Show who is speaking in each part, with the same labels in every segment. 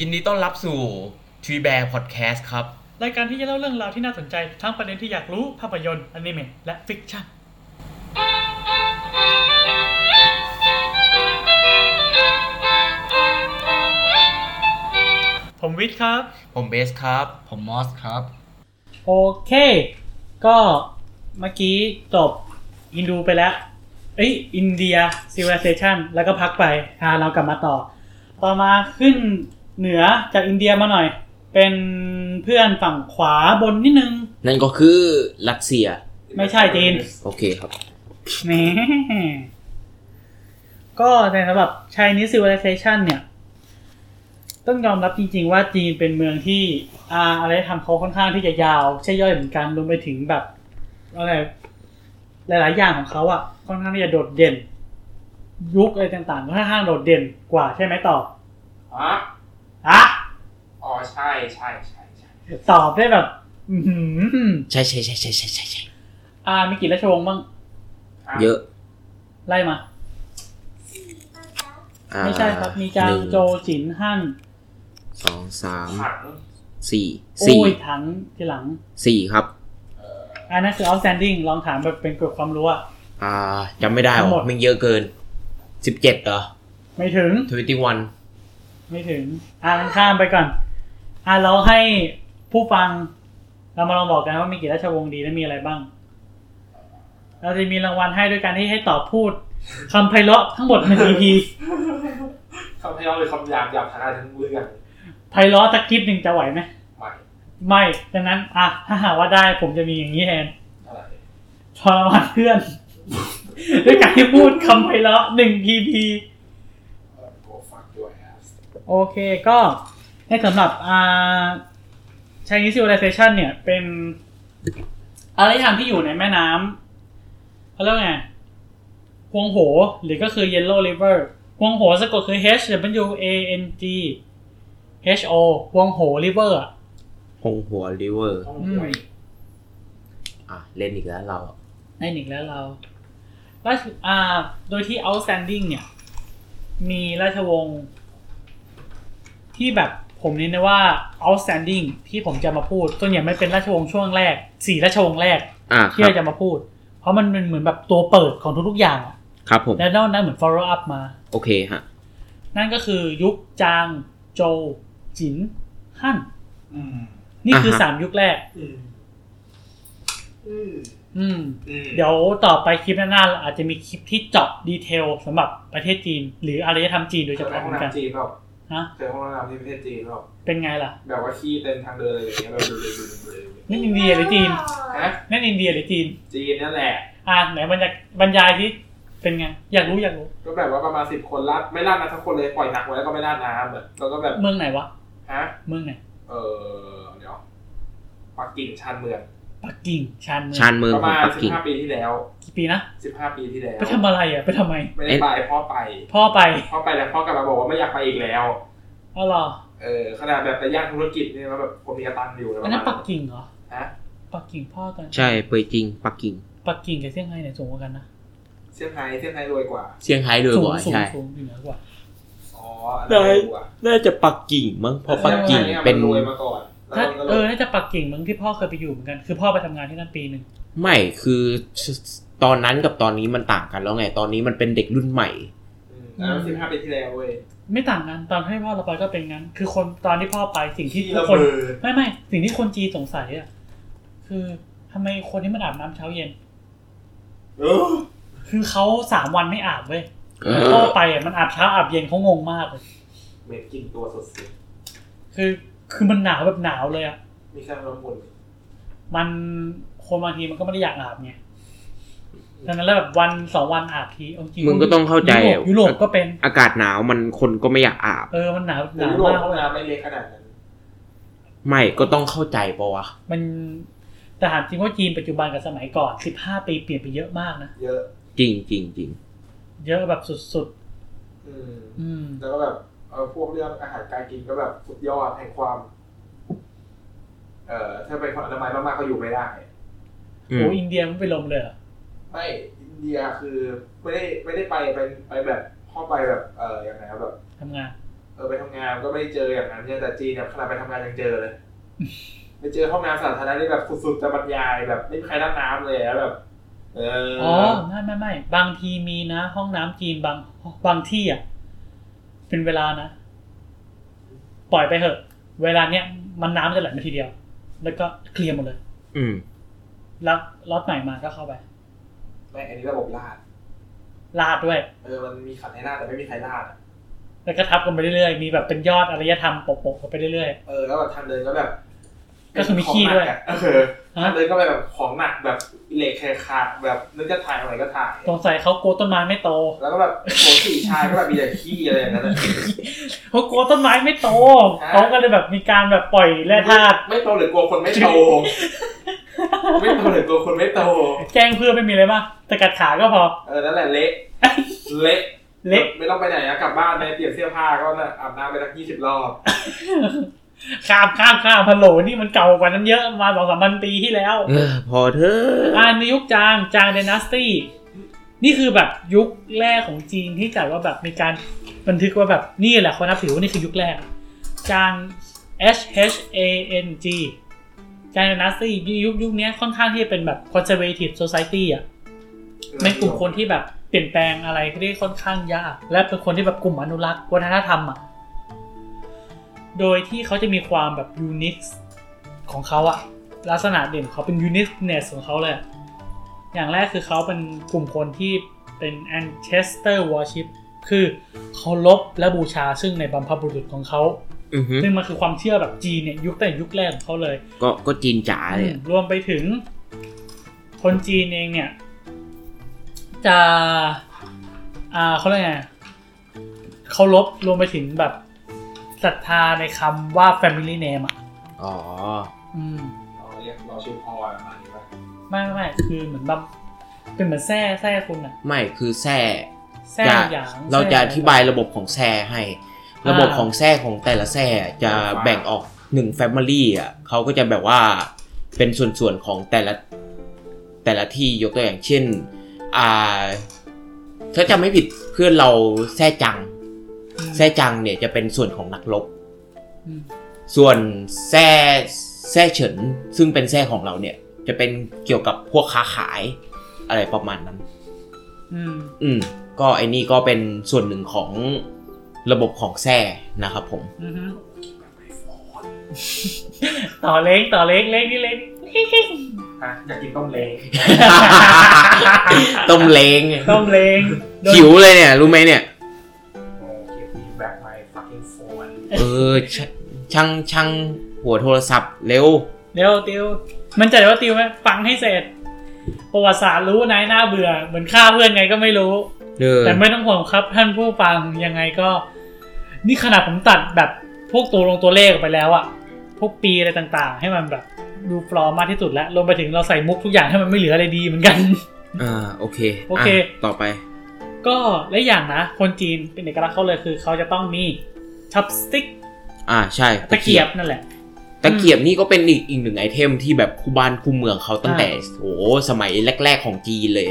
Speaker 1: ยินดีต้อนรับสู่ Tree Bear Podcast ครับ
Speaker 2: รายการที่จะเล่าเรื่องราวที่น่าสนใจ ทั้งประเด็นที่อยากรู้ภาพยนตร์อนิเมะและฟิกชั่น ผมวิทย์ครับ
Speaker 1: ผมเบสครับ
Speaker 3: ผมมอสครับ
Speaker 2: โอเค ก็เมื่อกี้จบอินดูไปแล้ว เอ้ย อินเดียซิว i เซชันแล้วก็พักไปอ่าเรากลับมาต่อ ต่อมาขึ้นเหนือจากอินเดียมาหน่อย เป็นเพื่อนฝั่งขวาบนนิดนึง
Speaker 4: นั่นก็คือรัสเซีย
Speaker 2: ไม่ใช่จีน
Speaker 4: โอเคครับ
Speaker 2: นี่ก็ในสำหรับ Chinese Civilization เนี่ย ต้องยอมรับจริง ๆ ว่าจีนเป็นเมืองที่อาอะไรทำเขาค่อนข้างที่จะยาวใช่ย่อยเหมือนกันรวมไปถึงแบบอะไรหลาย ๆ อย่างของเขาอะ่ะ ค่อนข้างที่จะโดดเด่น ยุคอะไรต่างๆก็ค่อนข้างโดดเด่นกว่าใช่ไหมต่อ
Speaker 5: อ๋อ
Speaker 2: อะ
Speaker 5: อ๋อใช่ใช่ใช่ใช่
Speaker 2: ตอบได้แบบ อือหือ
Speaker 4: ใช่ใช่ใช่ใช่ใช่ใช่ใช่
Speaker 2: อ่ามีกี่ราชวงศ์บ้าง
Speaker 4: เยอะ
Speaker 2: ไล่มา
Speaker 4: อ่า
Speaker 2: ไม่ใช่ครับมีจาง
Speaker 4: หนึ่
Speaker 2: โจจินฮั่น
Speaker 4: สองสาม
Speaker 5: ถัง
Speaker 4: สี่สี่
Speaker 2: โอ้ยถังทีหลัง
Speaker 4: สี่ครับ
Speaker 2: อันนั้นคือ outstanding ลองถามแบบเป็นเกิดความรู้อะ
Speaker 4: อ่าจำไม่ได้หร
Speaker 2: ทั้งหม
Speaker 4: อ
Speaker 2: ด
Speaker 4: มันเยอะเกินสิบเจ็ดเหรอ
Speaker 2: ไม่ถึง
Speaker 4: ทวิตีวัน
Speaker 2: ไม่ถึง อ่านข้ามไปก่อน อ่าเราให้ผู้ฟัง เรามาลองบอกกันว่ามีกี่ราชวงศ์ดีและมีอะไรบ้าง เราจะมีรางวัลให้ด้วยการที่ให้ตอบพูดคำไพเราะทั้งหมดหนึ่ง EP
Speaker 5: คำพยองหรือคำหยาบหยาบทางการทั้งเรื่อง
Speaker 2: ไพเราะสักคลิปหนึ่งจะไหวไหม
Speaker 5: ใหม่
Speaker 2: ไม่ ดังนั้น อ่ะ ถ้าหากว่าได้ผมจะมีอย่างนี้แทน
Speaker 5: อะไร
Speaker 2: ทรมานเพื่อน ด้วยการที่พูดคำไพเราะหนึ่ง EP
Speaker 5: เออโกฟักด้วยครับ
Speaker 2: โอเคก็ในสำหรับอ่า Chinese civilization เนี่ย เป็นอารยธรรมที่อยู่ในแม่น้ำเขาเรียกว่าไงฮวงโห หรือก็คือ Yellow River ฮวงโหสะกดคือ H W A N G H O ฮวงโห River อะ
Speaker 4: หงหัวริเวอร์
Speaker 5: ต้อง
Speaker 2: อื
Speaker 5: ห
Speaker 2: ม
Speaker 5: วย
Speaker 4: อ่ะเล่นอีกแล้วเรา
Speaker 2: ในหนึ่งแล้วเราราชอ่า โดยที่ outstanding เนี่ย มีราชวงศ์ที่แบบผมเน้นนะว่า outstanding ที่ผมจะมาพูดส่วนใหญ่มันเป็นราชวงศ์ช่วงแรกสี่ราชวงศ์แรก
Speaker 4: อ่าค
Speaker 2: ที่
Speaker 4: รับ
Speaker 2: เราจะมาพูด เพราะมันเป็นเหมือนแบบตัวเปิดของทุกๆอย่างอะ
Speaker 4: ครับผม
Speaker 2: และนอกนั้นเหมือน follow up มา
Speaker 4: โอเคฮะ
Speaker 2: นั่นก็คือยุคจาง โจวจินฮั่น
Speaker 5: อืม
Speaker 2: นี่คืออา
Speaker 4: ฮะ
Speaker 2: สามยุคแรก
Speaker 5: อืมอืม
Speaker 2: อืม
Speaker 5: อืม
Speaker 2: เดี๋ยวต่อไปคลิปหน้าๆเราอาจจะมีคลิปที่เจาะดีเทลสำหรับประเทศจีน หรืออารยธรรมจีนโดย
Speaker 5: เจ
Speaker 2: เฉ
Speaker 5: อ
Speaker 2: พาะ
Speaker 5: ห้
Speaker 2: เห
Speaker 5: อง
Speaker 2: มือนกัน
Speaker 5: น้ำจีนเปล่า
Speaker 2: นะ
Speaker 5: เจอห้องน้ำที่ประเทศจีนเปล่า
Speaker 2: เป็นไงล่ะ
Speaker 5: แบบว่าขี้เต็มทางเดินอะไรอย่างเงี้ยแบบดูดูดูดูดู
Speaker 2: นั่นอินเดียหรือจีน
Speaker 5: ฮะ
Speaker 2: นั่นอินเดียหรือจีน
Speaker 5: จีนนั่นแหละ
Speaker 2: อ่าไหนบรรยายบรรยายที่เป็นไง อยากรู้อยากรู้
Speaker 5: ก็แบบว่าประมาณสิบคนลาดไม่ลาดน้ำทั้งคนเลยปล่อยหนักไว้แล้วก็ไม่ลาดน้ำแบบแล้วก็แบบ
Speaker 2: เมืองไหนวะ
Speaker 5: ฮะ
Speaker 2: เมืองไหน
Speaker 5: เออเดี๋ยวปักกิ่งชานเมือง
Speaker 2: ปักกิ่งชานเมือง
Speaker 4: ชานเมือง
Speaker 5: ประ
Speaker 4: ของ
Speaker 5: มาณ
Speaker 4: ปัก
Speaker 5: สิบ
Speaker 4: กิ่ง
Speaker 5: ห้าปีที่แล้ว
Speaker 2: กี่ปีนะ
Speaker 5: สิบห้าปีที่แล้ว
Speaker 2: ไปทำอะไรอ่ะ ไปทำไม
Speaker 5: ไม่ได้ไปพ่อไป
Speaker 2: พ่อไป
Speaker 5: พ่อไปแล้วพ่อกลับมาบอกว่าไม่อยากไปอีกแล้ว
Speaker 2: อ๋อเหรอ
Speaker 5: เออขนาดแบบไปย่านธุรกิจเนี่ยนะแบบผมมีกระตันอยู่นะ
Speaker 2: อันนั้นปักกิ่งเหรอ
Speaker 5: ฮะ
Speaker 2: ปักกิ่งพ่อตอน
Speaker 4: ใช่เปยจริงปักกิ่ง
Speaker 2: ปักกิ่งกับเซี่ยงไฮ้ไหนสูงกว่ากันนะ
Speaker 5: เซี่ยงไฮ้เซี่ยงไฮ้รวยกว่า
Speaker 4: เซี่ยงไฮ้โดย
Speaker 2: สูง
Speaker 4: บ่อย
Speaker 2: สูง
Speaker 4: ใช่
Speaker 2: สูงอยู่เหนือกว่า
Speaker 5: อ๋ออันนั้นรวยกว่า
Speaker 4: น่าจะปักกิ่งมั้งเพราะปักกิ่ง
Speaker 5: ซี่ยไฮ้ย
Speaker 4: เป็น
Speaker 5: มัรวยมาก่อนแล้ว
Speaker 2: ถ้า
Speaker 5: มันก็
Speaker 2: เอ
Speaker 5: รว
Speaker 2: อย น่าจะปักกิ่งเมืองที่พ่อเคยไปอยู่เหมือนกัน คือพ่อไปทำงานที่นั่นปีหนึ่ง
Speaker 4: ไม่คือตอนนั้นกับตอนนี้มันต่างกันแล้วไงตอนนี้มันเป็นเด็กรุ่นใหม่
Speaker 5: มอันนั้นสิบห้าปีที่แล้วเว้ย
Speaker 2: ไม่ต่างกันตอนให้พ่อเราไปก็เป็นงั้น คือคนตอนที่พ่อไปสิ่งที่
Speaker 5: ระ
Speaker 2: คน
Speaker 5: เบิด
Speaker 2: ไม่ไม่สิ่งที่คนจีนสงสัยอ่ะคือทำไมคนที่มันอาบน้ำเช้าเย็น
Speaker 5: เออ
Speaker 2: คือเขาสามวันไม่อาบเว้ย
Speaker 4: เออ
Speaker 2: พ่อไปอ่ะมันอาบเช้าอาบเย็นเขางงมากเลย
Speaker 5: เหม็นกลินตัวสด
Speaker 2: คือคือมันหนาวแบบหนาวเลยอ่ะ
Speaker 5: ๆมีแค่น้ำมัน
Speaker 2: มันคนบางทีมันก็ไม่ได้อยากอาบไงดังนั้นแล้วแบบวันสองวันอาบทีเอาจริ
Speaker 4: มึงก็ต้องเข้าใจ
Speaker 2: ยุโรปยุโรปก็เป็น
Speaker 4: อากาศหนาวมันคนก็ไม่อยากอาบ
Speaker 2: เออมันหนาวห
Speaker 5: แต่
Speaker 2: นาว
Speaker 5: ยุโรป
Speaker 2: มาก
Speaker 5: ห้องน้ำไม่เล็กขนาดนั้น
Speaker 4: ไม่ก็ต้องเข้าใจปะวะ
Speaker 2: มันแต่ถามจริงว่าจีนปัจจุบันกับสมัยก่อนสิบห้าปีเปลี่ยนไปเยอะมากนะ
Speaker 5: เยอะ
Speaker 4: จริงจริงจริง
Speaker 2: เยอะแบบสุด
Speaker 5: อืม
Speaker 2: ๆ อืม
Speaker 5: แล้วก็แบบเออพวกเรื่องอาหารการกินก็แบบสุดยอดแห่งความ เอ่อถ้าเป็นคนอนามัยมากๆก็อยู่ไม่ได้
Speaker 4: อืม
Speaker 2: โอ้อินเดียมันไปลมเลยเหรอ
Speaker 5: ไม่อินเดียคือไม่ได้ไม่ได้ไปไปไปแบบพ่อไปแบบเอออย่างไรครับแบบ
Speaker 2: ทำงาน
Speaker 5: เอ อไปทำงานก็ไม่ได้เจออย่างนั้นเนี่ยแต่จีนเนี่ยขนาดไปทำงานยังเจอเลยไปเจอห้องน้ำสาธารณะนี่แบบสุดๆจะบรรยายแบบไม่มีใครรับน้ำเลยแล้วแบบ เอออ
Speaker 2: อ๋อไม่ไม่ไม่บางทีมีนะ ห้องน้ำจีนบางบางที่อ่ะเป็นเวลานะ ปล่อยไปเถอะ เวลาเนี้ยมันน้ำจะไหลมาทีเดียว แล้วก็เคลียร์หมดเลย
Speaker 4: อืม
Speaker 2: แล้วล็อตใหม่มาก็เข้าไป
Speaker 5: ไม่อันนี้ระบบลาด
Speaker 2: ลาดด้วย
Speaker 5: เออมันมีขันให้ลาดแต่ไม่มีใครลาดอะ
Speaker 2: แล้วก็ทับกันไปเรื่อยๆ มีแบบเป็นยอดอารยธรรมโปะๆกันไปเรื่อย
Speaker 5: เออแล้วแบบทางเดินก็แบบ
Speaker 2: ก็คือมีขี้ด้วย
Speaker 5: ของห
Speaker 2: ๆ
Speaker 5: นักอะเออทา
Speaker 2: ฮะ
Speaker 5: งเดินก็ไปแบบของหนักแบบเหล็กแคขาดแบบนึกจะถ่ายอะไรก็ถ่าย
Speaker 2: สงสัยเขากลัวต้นไม้ไม่โต
Speaker 5: แล้วก็แบบโถสี่ชายก็แบบมีแต่ขี้อะไรอย่า งนั้นอะ
Speaker 2: เขากลัวต้นไม้ไม่โต
Speaker 5: ฮะ
Speaker 2: เขาก็เลยแบบมีการแบบปล่อยแร่ธาตุ
Speaker 5: ไม่โตหรือกลัวคนไม่โต ไม่โตหรือกลัวคนไม่โต
Speaker 2: แกล้งเพื่อนไม่มีอะไรมากแต่กัดขาก็พอ
Speaker 5: เออนั่นแหละเละเละ
Speaker 2: เละ
Speaker 5: ไม่ต้องไปไหนนะกลับบ้านไปเปลี่ยนเสื้อผ้าก็น่ะอาบน้ำไปสักยี่สิบรอบ
Speaker 2: ข้ามข้ามข้ามพัลโหลนี่มันเก่ากว่านั้นเยอะมาสองสามพันปีที่แล้ว
Speaker 4: เออพอเถอะ
Speaker 2: อ่านในยุคจางจางเดนาสตี้นี่คือแบบยุคแรกของจีนที่จัดว่าแบบมีการบันทึกว่าแบบนี่แหละคนนับถือว่านี่คือยุคแรก จาง H H A N G จางเดนาสตี้ยุคยุคเนี้ยค่อนข้างที่จะเป็นแบบ conservative society อ่ะเป็นกลุ่มคนที่แบบเปลี่ยนแปลงอะไรที่ค่อนข้างยาก และเป็นคนที่แบบกลุ่มอนุรักษ์วัฒนธรรมอ่ะโดยที่เขาจะมีความแบบ unique ของเขาอะลักษณะเด่นเขาเป็น uniqueness ของเขาเลยอะอย่างแรกคือเขาเป็นกลุ่มคนที่เป็น ancestor worship คือเคารพและบูชาซึ่งในบรรพบุรุษของเขา
Speaker 4: อือฮึ
Speaker 2: ซึ่งมันคือความเชื่อแบบจีนเนี่ยยุคแต่ยุคแรกของเขาเลย
Speaker 4: ก็ก็จีนจ๋าเลยอะ
Speaker 2: รวมไปถึงคนจีนเองเนี่ย จะอ่าเขาเรียกไงเคารพรวมไปถึงแบบศรัทธาในคำว่า family name อ่ะ
Speaker 4: อ๋อ
Speaker 2: อืม
Speaker 5: เราเรียกเราชื่อพ่อประมาณนี้ป่ะ
Speaker 2: ไม่ไม่ไม่คือเหมือนแบบเป็นเหมือนแทร่แทร่คุณอะ
Speaker 4: ไม่คือแทร่
Speaker 2: แทร่
Speaker 4: จะ
Speaker 2: อย่าง
Speaker 4: เราจะ
Speaker 2: แท
Speaker 4: อธิบายระบบของแทร่ให้ ระบบของแทร่ของแต่ละแทร่จะแบ่งออกหนึ่งแฟมิลี่อ่ะเขาก็จะแบบว่าเป็นส่วนๆของแต่ละแต่ละที่ยกตัวอย่างเช่นอ่าถ้าจำไม่ผิดเพื่อนเราแทร่จัง
Speaker 2: อืม
Speaker 4: แทร่จังเนี่ยจะเป็นส่วนของนักรบ
Speaker 2: อืม
Speaker 4: ส่วนแซ่แซ่เฉินซึ่งเป็นแซ่ของเราเนี่ย จะเป็นเกี่ยวกับพวกค้าขายอะไรประมาณนั้น
Speaker 2: อืม
Speaker 4: อืม ก็ไอ้นี่ก็เป็นส่วนหนึ่งของระบบของแซ่นะครับผม
Speaker 2: อือฮึ ต่อเล็กต่อเล็กเล็กนี่เล็ก
Speaker 5: ฮะอยากกินต้มเล้ง
Speaker 4: ต้มเลง
Speaker 2: ต้มเล็งโดย
Speaker 4: หิวเลยเนี่ย รู้ไหมเนี่ย
Speaker 5: โอเคฟีดแบ็กไป fucking phone
Speaker 4: เออชช่างช่างหัวโทรศัพท์เร็ว
Speaker 2: เดี๋ยวติว มันจะว่าติวไหมฟังให้เสร็จ ประวัติศาสตร์รู้นายหน้าเบื่อ เหมือนฆ่าเพื่อนไงก็ไม่รู้
Speaker 4: เออ
Speaker 2: แต่ไม่ต้องห่วงครับท่านผู้ฟังยังไงก็ นี่ขนาดผมตัดแบบพวกตัวลงตัวเลขออกไปแล้วอะพวกปีอะไรต่างๆ ให้มันแบบดูฟลอร์มมากที่สุดแล้วรวมไปถึงเราใส่มุกทุกอย่างให้มันไม่เหลืออะไรดีเหมือนกัน
Speaker 4: อ่าโอเค
Speaker 2: โอเค
Speaker 4: ะต่อไป
Speaker 2: ก็และอย่างนะ คนจีนเป็นเอกลักษณ์เขาเลยคือ เขาจะต้องมีชับสติ๊ก
Speaker 4: อ่าใช่
Speaker 2: ตะเกียบนั่นแหละ
Speaker 4: ตะเกียบนี่ก็เป็นอีกอีกหนึ่งไอเทมที่แบบคู่บ้านคู่เมืองเขาตั้งแต่โอ้โหสมัยแรก ๆของจีนเลย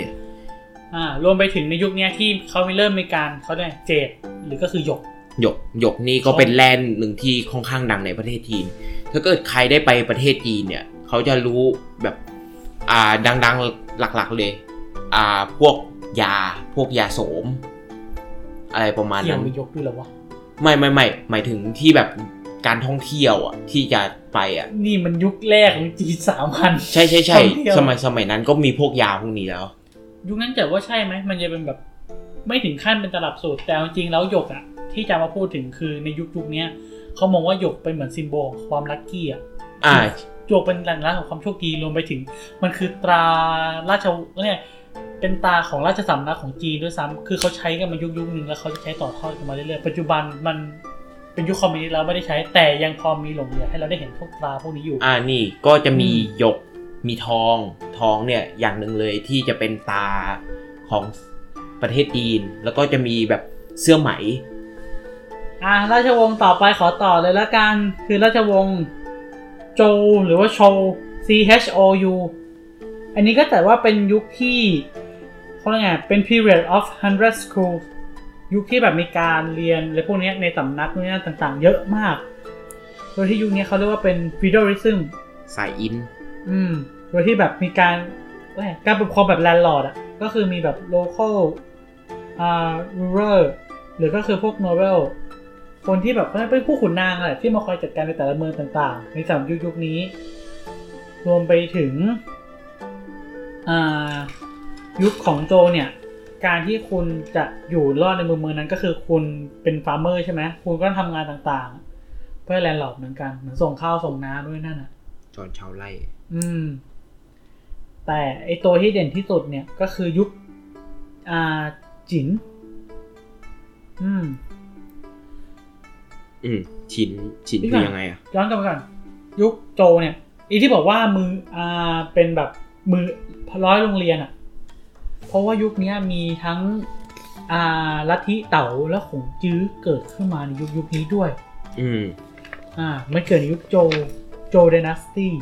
Speaker 2: อ่ารวมไปถึงในยุคเนี้ยที่เขาไม่เริ่มมีการเขาเนี่ยกเจดหรือก็คือหยก
Speaker 4: หยกหยกนี่ก็เป็นแลนด์หนึ่งที่ค่อนข้างดังในประเทศจีน ถ้าเกิดใครได้ไปประเทศจีนเนี่ย เขาจะรู้แบบอ่าดังๆหลักๆเลยอ่าพวกยาพวกยาโสม อะไรประมาณ
Speaker 2: เกี่ย
Speaker 4: นั้
Speaker 2: วน กับหยกด้วยเหรอวะ
Speaker 4: ไม่ไม่ไม่หมายถึงที่แบบการท่องเที่ยวอ่ะที่จะไปอ่ะ
Speaker 2: นี่มันยุคแรกของจีนสามพัน
Speaker 4: ใช่ใช่ใช่
Speaker 2: ท่องเที่ยว
Speaker 4: สมัยสมัยนั้นก็มีพวกยาพวกนี้แล้ว
Speaker 2: ยุคนั้นแต่ว่าใช่ไหม มันจะเป็นแบบไม่ถึงขั้นเป็นตลับสูตร แต่เอาจริงๆแล้วหยกอะที่จะมาพูดถึงคือในยุคยุคเนี้ยเขามองว่าหยกเป็นเหมือนซิมโบลของความลัคกี้อะ
Speaker 4: อ่า
Speaker 2: หยกเป็นหลังรักของความโชคดีรวมไปถึง มันคือตราราชวเนี่ยเป็นตาของราชสำนักของจีนด้วยซ้ำคือเขาใช้กันมายุคยุคหนึ่งแล้วเขาจะใช้ต่อทอดกันมาเรื่อยๆปัจจุบันมันเป็นยุคคอมมิวนิสต์แล้วไม่ได้ใช้แต่ยังพอมีหลงเหลือให้เราได้เห็นพวกตราพวกนี้อยู่
Speaker 4: อ่านี่ก็จะมี
Speaker 2: อืม
Speaker 4: หยกมีทองทองเนี่ยอย่างหนึ่งเลยที่จะเป็นตาของประเทศจีน แล้วก็จะมีแบบเสื้อไหม
Speaker 2: อ่ะราชวงศ์ต่อไปขอต่อเลยละกัน คือราชวงศ์โจวหรือว่าโชว C H O U อันนี้ก็แต่ว่าเป็นยุคที่เขาเรียกไงเป็น period of hundred school ยุคที่แบบมีการเรียนอะไรพวกเนี้ยในสำนักนู่นนนั่นต่างๆ เยอะมาก โดยที่ยุคเนี้ยเขาเรียกว่าเป็นฟีดอริซึม
Speaker 4: สายอิน
Speaker 2: อืม โดยที่แบบมีการเอ้ยการปกครองแบบแลนด์ลอร์ดอ่ะ ก็คือมีแบบ local อ่า rural หรือก็คือพวก novel คนที่แบบเป็นผู้ขุนนางแหละที่มาคอยจัดการในแต่ละเมืองต่างๆ ในสามยุคยุคนี้ รวมไปถึง อ่า ยุคของโจเนี่ย การที่คุณจะอยู่รอดในเมืองเมืองนั้นก็คือคุณเป็นฟาร์มเมอร์ใช่ไหม คุณก็ทำงานต่างๆ เพื่อแลนด์ลอร์ดเหมือนกันเหมือนส่งข้าวส่งน้ำด้วยนั่นอ่ะ
Speaker 4: จอนชาวไร่
Speaker 2: อืม แต่ไอตัวที่เด่นที่สุดเนี่ยก็คือยุค อ่า จิน อืม
Speaker 4: อืมชินชิน
Speaker 2: นี่ไง
Speaker 4: คือยังไงอ่ะ
Speaker 2: ย้อนกลับไปก่อนยุคโจเนี่ย อีที่บอกว่ามืออ่าเป็นแบบมือร้อยโรงเรียนอะ่ะ เพราะว่ายุคเนี้ยมีทั้ง อ่าลัทธิเต๋าและขงจื้อเกิดขึ้นมาในยุคยุคนี้ด้วย
Speaker 4: อืม
Speaker 2: อ่ามันเกิดในยุคโจ โจเดนัสตี้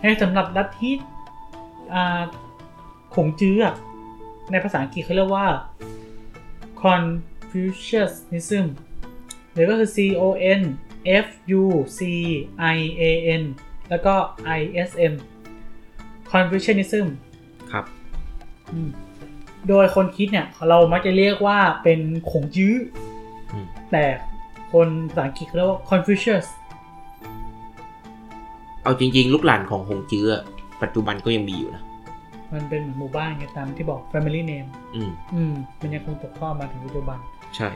Speaker 2: ในสำหรับลัทธิอ่าขงจื้ออะในภาษาอังกฤษเขาเรียกว่า Confucianism หรือก็คือ C O N F U C I A N แล้วก็ I S M Confucianism
Speaker 4: ครับ
Speaker 2: อืมโดยคนคิดเนี่ย เรามักจะเรียกว่าเป็นขงยื้ออ
Speaker 4: ม
Speaker 2: แต่คนภาษาอังกฤษเขาเรียกว่า Confucius
Speaker 4: เอาจริง ๆ ลูกหลานของหงจื้ออะปัจจุบันก็ยังมีอยู่นะ
Speaker 2: มันเป็นเหมือนหมู่บ้านไงตามที่บอก Family Name
Speaker 4: อืม
Speaker 2: อืม มันยังคงตกทอดมาถึงปัจจุบัน
Speaker 4: ใช่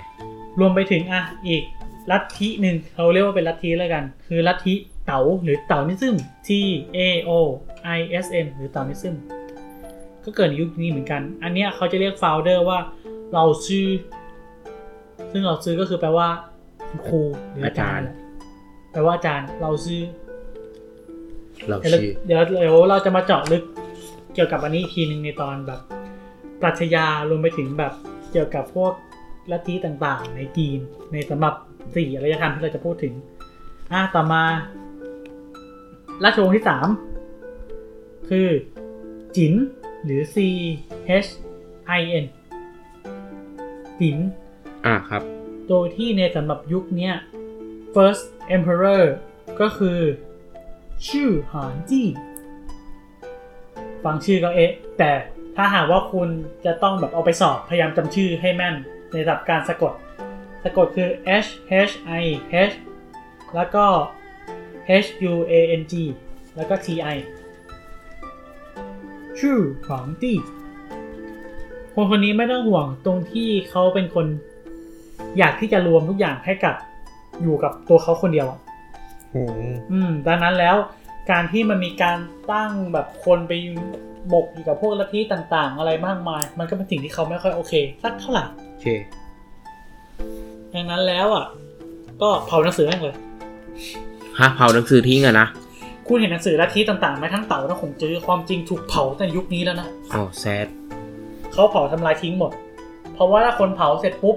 Speaker 2: รวมไปถึงอ่ะอีกลัทธิหนึ่งเราเรียกว่าเป็นลัทธิแล้วกัน คือลัทธิเต๋าหรือเต๋านิซึม T A O I S M หรือเต๋านิซึม ก็เกิดในยุคนี้เหมือนกัน อันเนี้ยเขาจะเรียกโฟลเดอร์ว่าเราชื่อ ซึ่งเราชื่อก็คือแปลว่าคุณครูหรืออาจารย์
Speaker 4: อาจารย์
Speaker 2: แหละแปลว่าอาจารย์เราชื่อ
Speaker 4: เรา
Speaker 2: เดี๋ยว
Speaker 4: ชื่อ
Speaker 2: เดี๋ยวเดี๋ยวเราจะมาเจาะลึกเกี่ยวกับอันนี้อีกทีหนึ่งในตอนแบบปรัชญารวมไปถึงแบบเกี่ยวกับพวกลัทธิต่างๆ ในจีนในสำหรับสี่อารยธรรมที่เราจะพูดถึง อ่ะต่อมา ราชวงศ์ที่สามคือ จินหรือ C H I N จิน
Speaker 4: อ่าครับ
Speaker 2: โดยที่ในสำหรับยุคเนี้ย first emperor ก็คือ ชื่อหานจี้ฟังชื่อก็เอ๊ะ แต่ถ้าหากว่าคุณจะต้องแบบเอาไปสอบ พยายามจำชื่อให้แม่นในระดับการสะกด สะกดคือ h h i h แล้วก็ h u a n g แล้วก็ t i ชื่อหางจี้ คนคนนี้ไม่ต้องห่วงตรงที่เขาเป็นคนอยากที่จะรวมทุกอย่างให้กับอยู่กับตัวเขาคนเดียวอะอืม ดังนั้นแล้วการที่มันมีการตั้งแบบคนไปบกอยู่กับพวกลัทธิต่างๆ อะไรมากมาย มันก็เป็นสิ่งที่เขาไม่ค่อยโอเคสักเท่าไหร่
Speaker 4: โอเค
Speaker 2: ดังนั้นแล้วอ่ะ ก็เผาหนังสือแม่งเลย
Speaker 4: ฮะ เผาหนังสือทิ้งอะนะ
Speaker 2: คุณเห็นหนังสือลัทธิต่างๆไหมทั้งเต่าทั้งขงจื้อความจริงถูกเผาตั้งแต่ยุคนี้แล้วนะ
Speaker 4: อ๋อแซด
Speaker 2: เขาเผาทำลายทิ้งหมด เพราะว่าถ้าคนเผาเสร็จปุ๊บ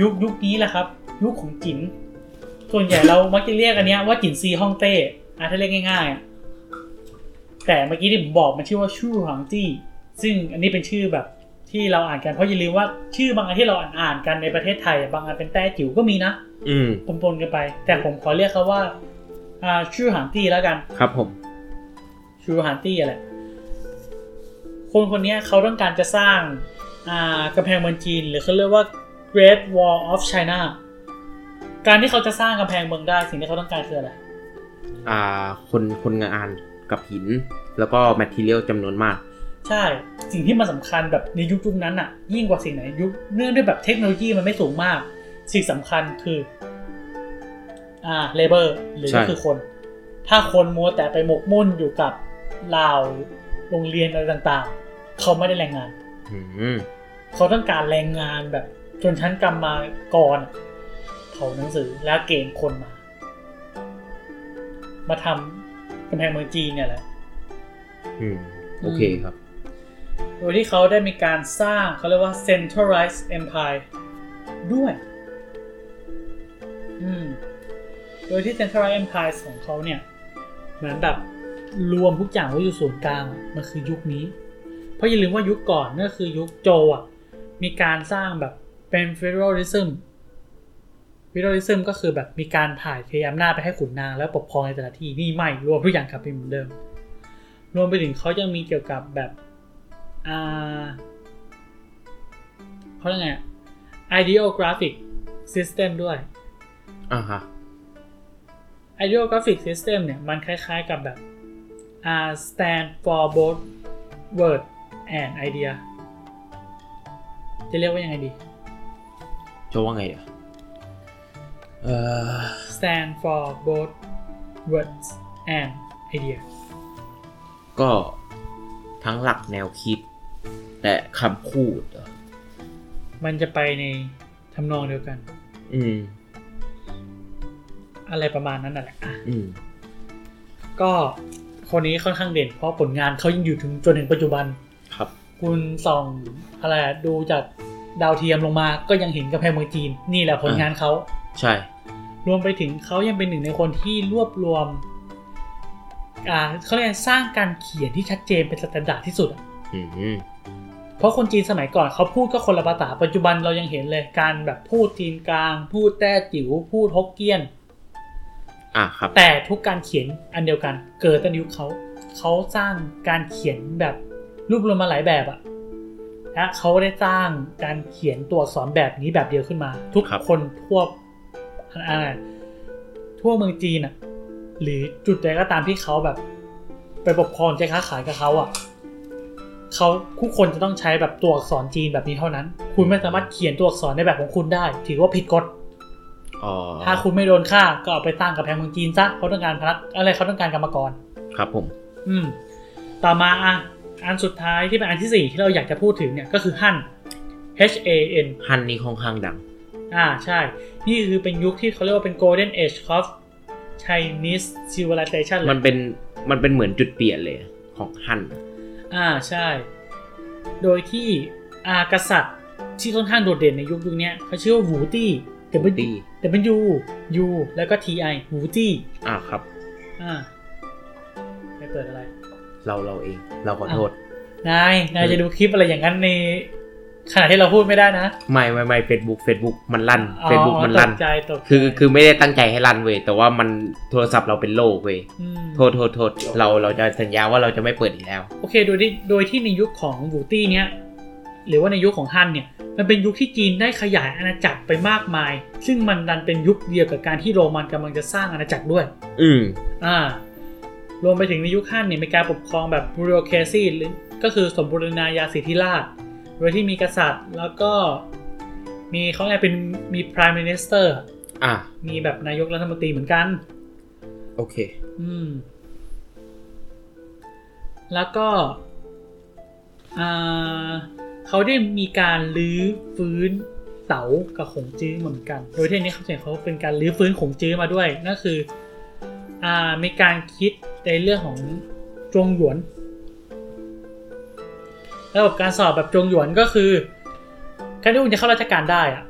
Speaker 2: ยุคยุคนี้แหละครับ ยุคของจินส่วนใหญ่เรา มักจะเรียกอันเนี้ยว่าจินซีฮ่องเต้อ่ะถ้าเรียกง่ายๆอ่ะแต่เมื่อกี้ที่ผมบอกมันชื่อว่าชู่หางจี้ ซึ่งอันนี้เป็นชื่อแบบที่เราอ่านกันเพราะอย่าลืมว่าชื่อบางอันที่เราอ่านอ่านกันในประเทศไทย บางอันเป็นแต้จิ๋วก็มีนะ
Speaker 4: อืม
Speaker 2: ปนๆกันไป แต่ผมขอเรียกเขาว่าอ่าชื่อหางจี้แล้วกัน
Speaker 4: ครับผม
Speaker 2: ชูฮานตี้อะแหละ คนคนเนี้ยเขาต้องการจะสร้างอ่ากำแพงเมืองจีน หรือเขาเรียกว่า Great Wall of China การที่เขาจะสร้างกำแพงเมืองได้สิ่งที่เขาต้องการคืออะไร
Speaker 4: อ่า คนคนงานกับหิน แล้วก็แมทเทียลจำนวนมาก
Speaker 2: ใช่ สิ่งที่มันสำคัญแบบในยุคยุคนั้นอะยิ่งกว่าสิ่งไหนยุคเนื่องด้วยแบบเทคโนโลยีมันไม่สูงมาก สิ่งสำคัญคืออ่าเลเบอร์หรือ
Speaker 4: ใช่
Speaker 2: ก็คือคน ถ้าคนมัวแต่ไปหมกมุ่นอยู่กับลาวโรงเรียนอะไรต่างๆ เขาไม่ได้แรงงาน
Speaker 4: อืม
Speaker 2: เขาต้องการแรงงานแบบจนชั้นกรรมากรอะเผาหนังสือแล้วเกณฑ์คนมา มาทำกำแพงเมืองจีนเนี่ยแหละ
Speaker 4: อืม โอเคครับ
Speaker 2: โดยที่เขาได้มีการสร้างเขาเรียกว่า centralized empire ด้วย อืม โดยที่ centralized empire ของเขาเนี่ย เหมือนแบบรวมทุกอย่างไว้อยู่ศูนย์กลางอะมันคือยุคนี้ เพราะอย่าลืมว่ายุคก่อนนั่นคือยุคโจอ่ะ มีการสร้างแบบเป็นฟิโรลิซึมฟิโรลิซึมก็คือแบบมีการถ่ายเทอำนาจไปให้ขุนนางแล้วปกครองในแต่ละที่นี่ไม่รวมทุกอย่างกลับไปเหมือนเดิม รวมไปถึงเขายังมีเกี่ยวกับแบบอ่าเขาเรียกไงอะ ideographic system ด้วย
Speaker 4: อ่าฮะ
Speaker 2: ideographic system เนี่ย มันคล้ายๆกับแบบอ่า stand for both word and idea จะเรียกว่ายังไงดี
Speaker 4: จะว่าไงเดี๋ยวเออ
Speaker 2: stand for both words and idea
Speaker 4: ก็ทั้งหลักแนวคิด และคำพูดเหรอ
Speaker 2: มันจะไปในทำนองเดียวกัน
Speaker 4: อืม
Speaker 2: อะไรประมาณนั้นน่ะแหละอ่ะ
Speaker 4: อืม
Speaker 2: ก็คนนี้ค่อนข้างเด่นเพราะผลงานเขายังอยู่ถึงจนถึงปัจจุบัน
Speaker 4: ครับ
Speaker 2: คุณส่องอะไรอะดูจากดาวเทียมลงมาก็ยังเห็นกำแพงเมืองจีน นี่แหละผลงานเขา
Speaker 4: ใช่
Speaker 2: รวมไปถึงเขายังเป็นหนึ่งในคนที่รวบรวม อ่าเขาเรียกสร้างการเขียนที่ชัดเจนเป็นสแตนดาร์ดที่สุดอะ
Speaker 4: อืม
Speaker 2: เพราะคนจีนสมัยก่อนเขาพูดก็คนละภาษา ปัจจุบันเรายังเห็นเลยการแบบพูดจีนกลาง พูดแต้จิ๋ว พูดฮกเกี้ยน
Speaker 4: อ่ะครับ
Speaker 2: แต่ทุกการเขียนอันเดียวกัน เกิดตั้งยุคเขาเขาสร้างการเขียนแบบรวบรวมมาหลายแบบอะและเขาได้สร้างการเขียนตัวอักษรแบบนี้แบบเดียวขึ้นมา ทุก
Speaker 4: ครับ
Speaker 2: คนทั่วอะไรทั่วเมืองจีนอะหรือจุดใดก็ตามที่เขาแบบ ไปปกครองจะค้าขายกับเขาอะเขาทุกคนจะต้องใช้แบบตัวอักษรจีนแบบนี้เท่านั้น คุณไม่สามารถเขียนตัวอักษรในแบบของคุณได้ ถือว่าผิดกฎ
Speaker 4: อ๋อ
Speaker 2: ถ้าคุณไม่โดนฆ่าก็เอาไปสร้างกับแพงเมืองจีนซะเขาต้องการพลักอะไรเขาต้องการกรรมกร
Speaker 4: ครับผม
Speaker 2: อืม ต่อมาอ่ะอันสุดท้ายที่เป็นอันที่สี่ที่เราอยากจะพูดถึงเนี่ยก็คือฮั่น H A N
Speaker 4: ฮันนี่ค่อนข้างดัง
Speaker 2: อ่าใช่ นี่คือเป็นยุคที่เขาเรียกว่าเป็น Golden Age of Chinese Civilization เลย
Speaker 4: มันเป็น มันเป็นเหมือนจุดเปลี่ยนเลยของฮัน
Speaker 2: อ่าใช่ โดยที่อากษัตริย์ที่ค่อนข้างโดดเด่นในยุคยุคเนี้ยเขาชื่อว่าวูตี้ W
Speaker 4: ตี้
Speaker 2: W U แล้วก็ T I วูตี้
Speaker 4: อ่ะครับ
Speaker 2: อ่าไปเปิดอะไร
Speaker 4: เราเราเอง เราขอโทษ
Speaker 2: นาย นาย
Speaker 4: อืม
Speaker 2: จะดูคลิปอะไรอย่างนั้นในขณะที่เราพูดไม่ได้นะ
Speaker 4: ไม่ไม่ไม่เฟซบุ๊กเฟซบุ๊กมันลั่น
Speaker 2: อ๋อ
Speaker 4: เฟซบุ๊กมันลั่น
Speaker 2: ตกใจตกใจ
Speaker 4: คือคือไม่ได้ตั้งใจให้ลั่นเว้ยแต่ว่ามันโทรศัพท์เราเป็นโลกเว้ย
Speaker 2: ม
Speaker 4: โทษโทษโทษเราเราจะสัญญาว่าเราจะไม่เปิดอีกแล้ว
Speaker 2: โอเค โดยที่โดยที่ในยุคของบูตี้เนี้ยหรือว่าในยุคของฮั่นเนี่ย มันเป็นยุคที่จีนได้ขยายอาณาจักรไปมากมาย ซึ่งมันดันเป็นยุคเดียวกับการที่โรมันกำลังจะสร้างอาณาจักรด้วย
Speaker 4: อืม
Speaker 2: อ่ารวมไปถึงในยุคฮั่นเนี่ยมีการปกครองแบบบูโรเคซีหรือก็คือสมบูรณาญาสิทธิราชย์โดยที่มีกษัตริย์แล้วก็มีเขาเรียกเป็นมี prime minister
Speaker 4: อ่ะ
Speaker 2: มีแบบนายกรัฐมนตรีเหมือนกัน
Speaker 4: โอเค
Speaker 2: อืม แล้วก็อ่าเขาได้มีการรื้อฟื้นเสากับขงจื้อเหมือนกัน โดยที่อันนี้เขาเสียงเขาเป็นการรื้อฟื้นขงจื้อมาด้วย นั่นคืออ่ามีการคิดในเรื่องของจงหยวน ระบบการสอบแบบจงหยวนก็คือการที่คุณจะเข้าราชการได้อะ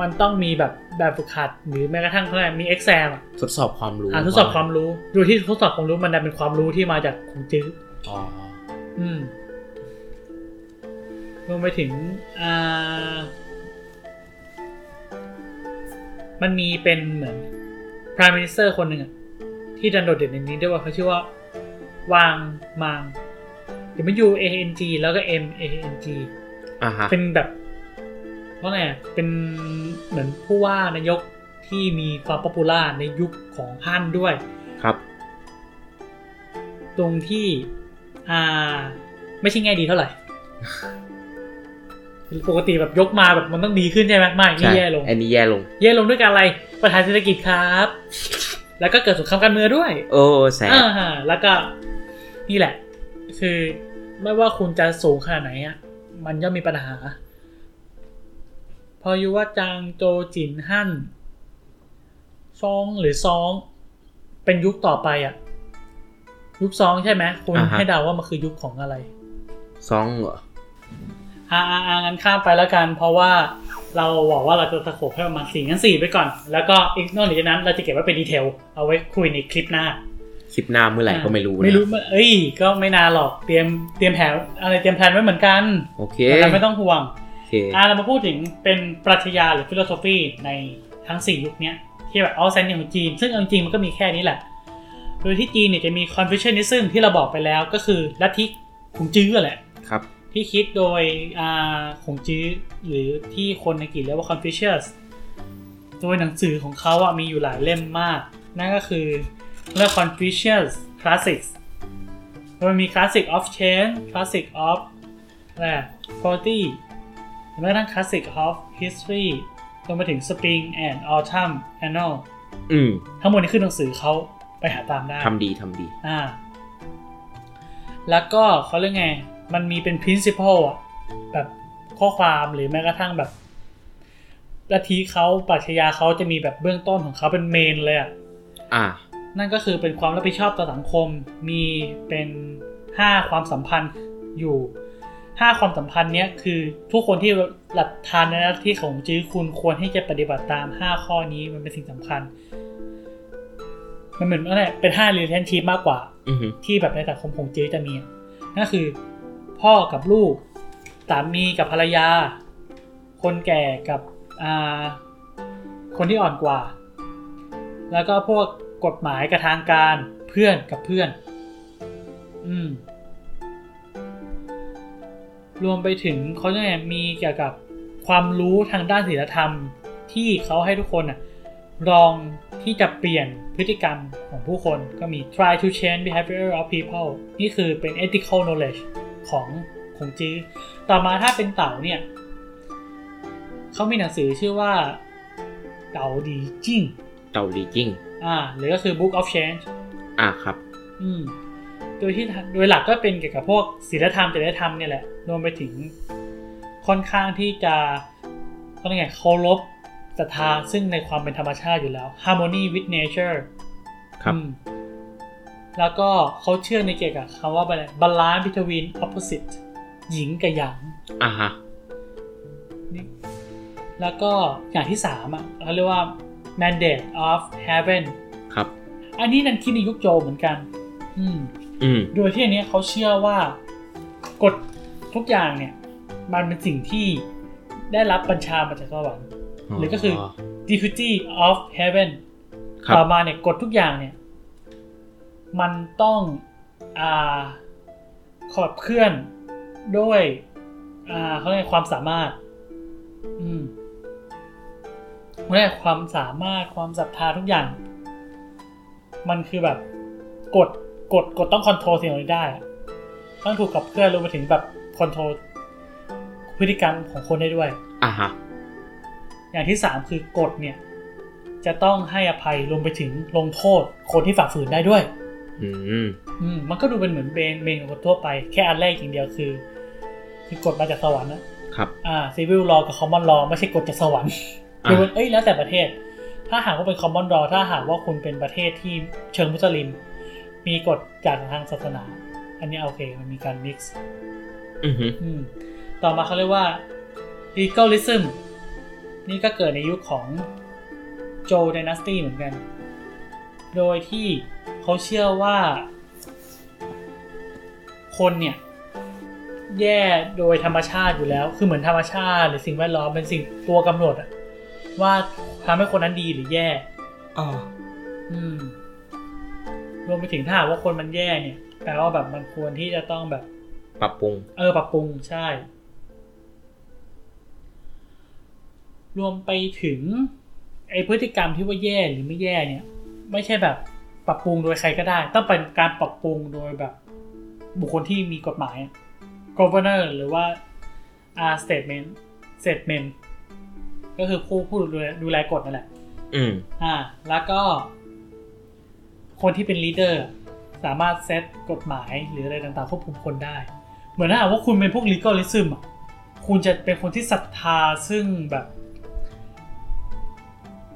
Speaker 2: มันต้องมีแบบแบบฝึกหัด หรือแม้กระทั่งเขาเรียกมีเอ็กซมอะ
Speaker 4: ทดสอบความรู้
Speaker 2: อ่าทดสอบความรู้โดยที่ทดสอบความรู้มันดันเป็นความรู้ที่มาจากของจื้อ
Speaker 4: อ๋อ
Speaker 2: อืมรวมไปถึงอ่ามันมีเป็นเหมือน prime minister คนหนึ่งอะที่ดันโดดเด่นในนี้ด้วยว่าเขาชื่อว่า วางมางเดี๋ยวมัน U A N G แล้วก็ M A N G
Speaker 4: อ่ะฮะ
Speaker 2: เป็นแบบว่าไงอะเป็นเหมือนผู้ว่านายกที่มีความป๊อปปูล่าในยุคของฮั่นด้วย
Speaker 4: ครับ
Speaker 2: ตรงที่อ่าไม่ใช่แง่ดีเท่าไหร่ ปกติแบบยกมาแบบมันต้องดีขึ้นใช่ไหมไม่นี่แย่ลง
Speaker 4: อันนี้แย่ลง
Speaker 2: แย่ลงด้วยการอะไรปัญหาเศรษฐกิจครับ แล้วก็เกิดสงครามการเมืองด้วย
Speaker 4: โอ้แสบ
Speaker 2: อ่าฮะแล้วก็นี่แหละ คือไม่ว่าคุณจะสูงขนาดไหนอะมันย่อมมีปัญหา พออยู่ว่าจางโจจินฮั่นซองหรือซอง เป็นยุคต่อไปอะยุคซองใช่ไหมคุณให้เดาว่ามันคือยุคของอะไร
Speaker 4: ซองเหรอ
Speaker 2: อ่าอ่าอ่างั้นข้ามไปแล้วกัน เพราะว่าเราบอกว่าเราจะสะโขบให้ประมาณสี่งั้นสี่ไปก่อน แล้วก็อีกนอกเหนือจากนั้นเราจะเก็บไว้เป็นดีเทล เอาไว้คุยในคลิปหน้า
Speaker 4: คลิปหน้าเมื่อไหร่ก็ไม่รู้นะ
Speaker 2: ไม่รู้เมื่อเอ้ย ก็ไม่นานหรอก เตรียม เตรียมแผนอะไรเตรียมแผนไว้เหมือนกัน
Speaker 4: โอเค
Speaker 2: ดังนั้นไม่ต้องห่วง
Speaker 4: โอเค
Speaker 2: อ่ะเรามาพูดถึงเป็นปรัชญาหรือฟิโลโซฟีในทั้ง 4 ยุคเนี้ยที่แบบเอาแซนของจีน ซึ่งเอาจริงๆมันก็มีแค่นี้แหละ โดยที่จีนเนี่ยจะมีคอนฟิชเชนิซึมที่เราบอกไปแล้วก็คือลัทธิขงจื้อแหละ
Speaker 4: ครับ
Speaker 2: ที่คิดโดยอ่าขงจื้อหรือที่คนอังกฤษเรียกว่า Confucius โดยหนังสือของเขาอะมีอยู่หลายเล่มมาก นั่นก็คือเรื่อง Confucius Classics มันมี Classic of Change Classic of อะไรอะ Quality หรือแม้กระทั่ง Classic of History รวมไปถึง Spring and Autumn Annal
Speaker 4: อืม
Speaker 2: ทั้งหมดนี้คือหนังสือเขาไปหาตามได้
Speaker 4: ทำดีทำดี
Speaker 2: อ่า แล้วก็เขาเรียกไง มันมีเป็น principle อะแบบข้อความหรือแม้กระทั่งแบบลัทธิเขาปรัชญาเขาจะมีแบบเบื้องต้นของเขาเป็นเมนเลยอะ
Speaker 4: อ่า
Speaker 2: นั่นก็คือเป็นความรับผิดชอบต่อสังคม มีเป็น 5 ความสัมพันธ์อยู่ 5 ความสัมพันธ์เนี้ยคือทุกคนที่หลับทานในหน้าที่ของจื้อคุณควรที่จะปฏิบัติตาม 5 ข้อนี้มันเป็นสิ่งสำคัญ มันเหมือนอะไรเป็น5 relationship มากกว่า
Speaker 4: อืม
Speaker 2: ที่แบบในสังคมของจื้อจะมีอะนั่นคือ พ่อกับลูก สามีกับภรรยา คนแก่กับอ่าคนที่อ่อนกว่า แล้วก็พวกกฎหมายกับทางการเพื่อนกับเพื่อน อืม รวมไปถึงเขาเนี่ยมีเกี่ยวกับความรู้ทางด้านศีลธรรม ที่เขาให้ทุกคนอ่ะลองที่จะเปลี่ยนพฤติกรรมของผู้คนก็มี try to change behavior of people นี่คือเป็น ethical knowledge ของของจื้อ ต่อมาถ้าเป็นเต่าเนี่ย เขามีหนังสือชื่อว่าเต่าดีจิ้ง
Speaker 4: เต่าลีจิ้ง
Speaker 2: อ่า หรือก็คือ book of change
Speaker 4: อ่าครับ
Speaker 2: อืม โดยที่โดยหลักก็เป็นเกี่ยวกับพวกศีลธรรมจริยธรรมเนี่ยแหละ รวมไปถึงค่อนข้างที่จะเขาเรียกไงเคารพศรัทธาซึ่งในความเป็นธรรมชาติอยู่แล้ว harmony with nature
Speaker 4: ครับ
Speaker 2: อืมแล้วก็เขาเชื่อในเกี่ยวกับคำว่าอะไร balance between opposite หญิงกับหยาง
Speaker 4: อ่าฮะ
Speaker 2: นี่แล้วก็อย่างที่สามอ่ะเขาเรียกว่า mandate of heaven
Speaker 4: ครับ
Speaker 2: อันนี้นันคิดในยุคโจเหมือนกัน อืม
Speaker 4: อืม
Speaker 2: โดยที่อันเนี้ยเขาเชื่อว่ากฎทุกอย่างเนี่ย มันเป็นสิ่งที่ได้รับบัญชามาจากสวรรค์หรือก็คือ deputy of heaven
Speaker 4: ครับ
Speaker 2: ต่อมาเนี่ยกฎทุกอย่างเนี่ย มันต้องอ่าขอบเคลื่อนด้วยอ่าเขาเรียกความสามารถ อืมเขาเรียกความสามารถความศรัทธาทุกอย่าง มันคือแบบกดกดกดต้องคอนโทรลสิ่งเหล่านี้ได้อะต้องถูกขับเคลื่อนรวมไปถึงแบบคอนโทรลพฤติกรรมของคนได้ด้วย
Speaker 4: อ่าฮะ
Speaker 2: อย่างที่ 3 คือกฎเนี่ย จะต้องให้อภัยรวมไปถึงลงโทษคนที่ฝ่าฝืนได้ด้วย
Speaker 4: อืม
Speaker 2: อืมมันก็ดูเป็นเหมือนเบนเบนของคนทั่วไป แค่อันแรกอย่างเดียวคือ คือกฎมาจากสวรรค์นะครับ อ่าซีวิลรอกับคอมมอนรอไม่ใช่กฎจากสวรรค์
Speaker 4: อ่า
Speaker 2: คือมันเอ้ยแล้วแต่ประเทศ ถ้าหากว่าเป็นคอมมอนรอถ้าหากว่าคุณเป็นประเทศที่เชิงมุสลิม มีกฎจากทางศาสนา อันนี้โอเคมันมีการมิกซ์
Speaker 4: อืมฮึ
Speaker 2: อืมต่อมาเขาเรียกว่า legalism นี่ก็เกิดในยุคของโจ d y n a s t y เหมือนกัน โดยที่เขาเชื่อว่า คนเนี่ย แย่โดยธรรมชาติอยู่แล้ว คือเหมือนธรรมชาติหรือสิ่งแวดล้อมเป็นสิ่งตัวกำหนดอะว่าทำให้คนนั้นดีหรือแย่
Speaker 4: อ่า
Speaker 2: อืมรวมไปถึงถ้าหากว่าคนมันแย่เนี่ยแปลว่าแบบมันควรที่จะต้องแบบ
Speaker 4: ปรับปรุง
Speaker 2: เออปรับปรุงใช่ รวมไปถึง ไอพฤติกรรมที่ว่าแย่หรือไม่แย่เนี่ย ไม่ใช่แบบปรับปรุงโดยใครก็ได้ ต้องเป็นการปรับปรุงโดยแบบ บุคคลที่มีกฎหมาย governor หรือว่า r statement statement ก็คือผู้ผู้ดูแลดูแลกฎนั่นแหละ
Speaker 4: อืม
Speaker 2: อ่า แล้วก็ คนที่เป็นลีดเดอร์สามารถเซตกฎหมายหรืออะไรต่างๆควบคุมคนได้ เหมือนถ้าหากว่าคุณเป็นพวกลีกอลิซึมอ่ะ คุณจะเป็นคนที่ศรัทธาซึ่งแบบ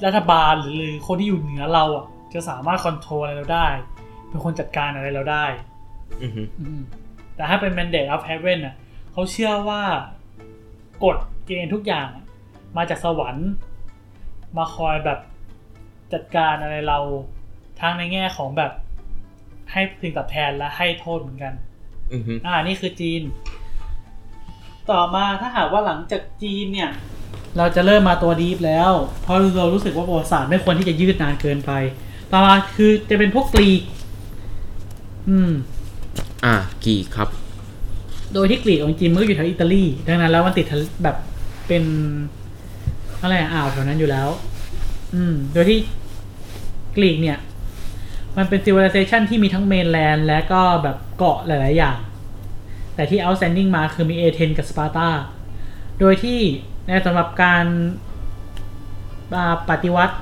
Speaker 2: รัฐบาลหรือคนที่อยู่เหนือเราอ่ะ จะสามารถคอนโทรลอะไรเราได้ เป็นคนจัดการอะไรเราได้
Speaker 4: อืมฮึ
Speaker 2: อืมแต่ถ้าเป็น Mandate of Heaven น่ะเขาเชื่อว่ากฎเกณฑ์ทุกอย่างอะมาจากสวรรค์ มาคอยแบบจัดการอะไรเราทั้งในแง่ของแบบให้สิ่งตอบแทนและให้โทษเหมือนกัน
Speaker 4: อืมฮึ
Speaker 2: อ่า นี่คือจีน ต่อมาถ้าหากว่าหลังจากจีนเนี่ย เราจะเริ่มมาตัวดีฟแล้ว เพราะเรารู้สึกว่าประวัติศาสตร์ไม่ควรที่จะยืดนานเกินไป ต่อมาคือจะเป็นพวกกรีก อืม
Speaker 4: อ่ะกี่ครับ
Speaker 2: โดยที่กรีกของจีนมันก็อยู่แถวอิตาลี ดังนั้นแล้วมันติดทะเลแบบเป็นอะไรอะอ่าวแถวนั้นอยู่แล้ว อืม โดยที่กรีกเนี่ย มันเป็น civilization ที่มีทั้งเมนแลนด์และก็แบบเกาะหลาย ๆ อย่าง แต่ที่ outstanding มาคือมีเอเธนกับสปาร์ตา โดยที่ในสำหรับการอ่าปฏิวัติ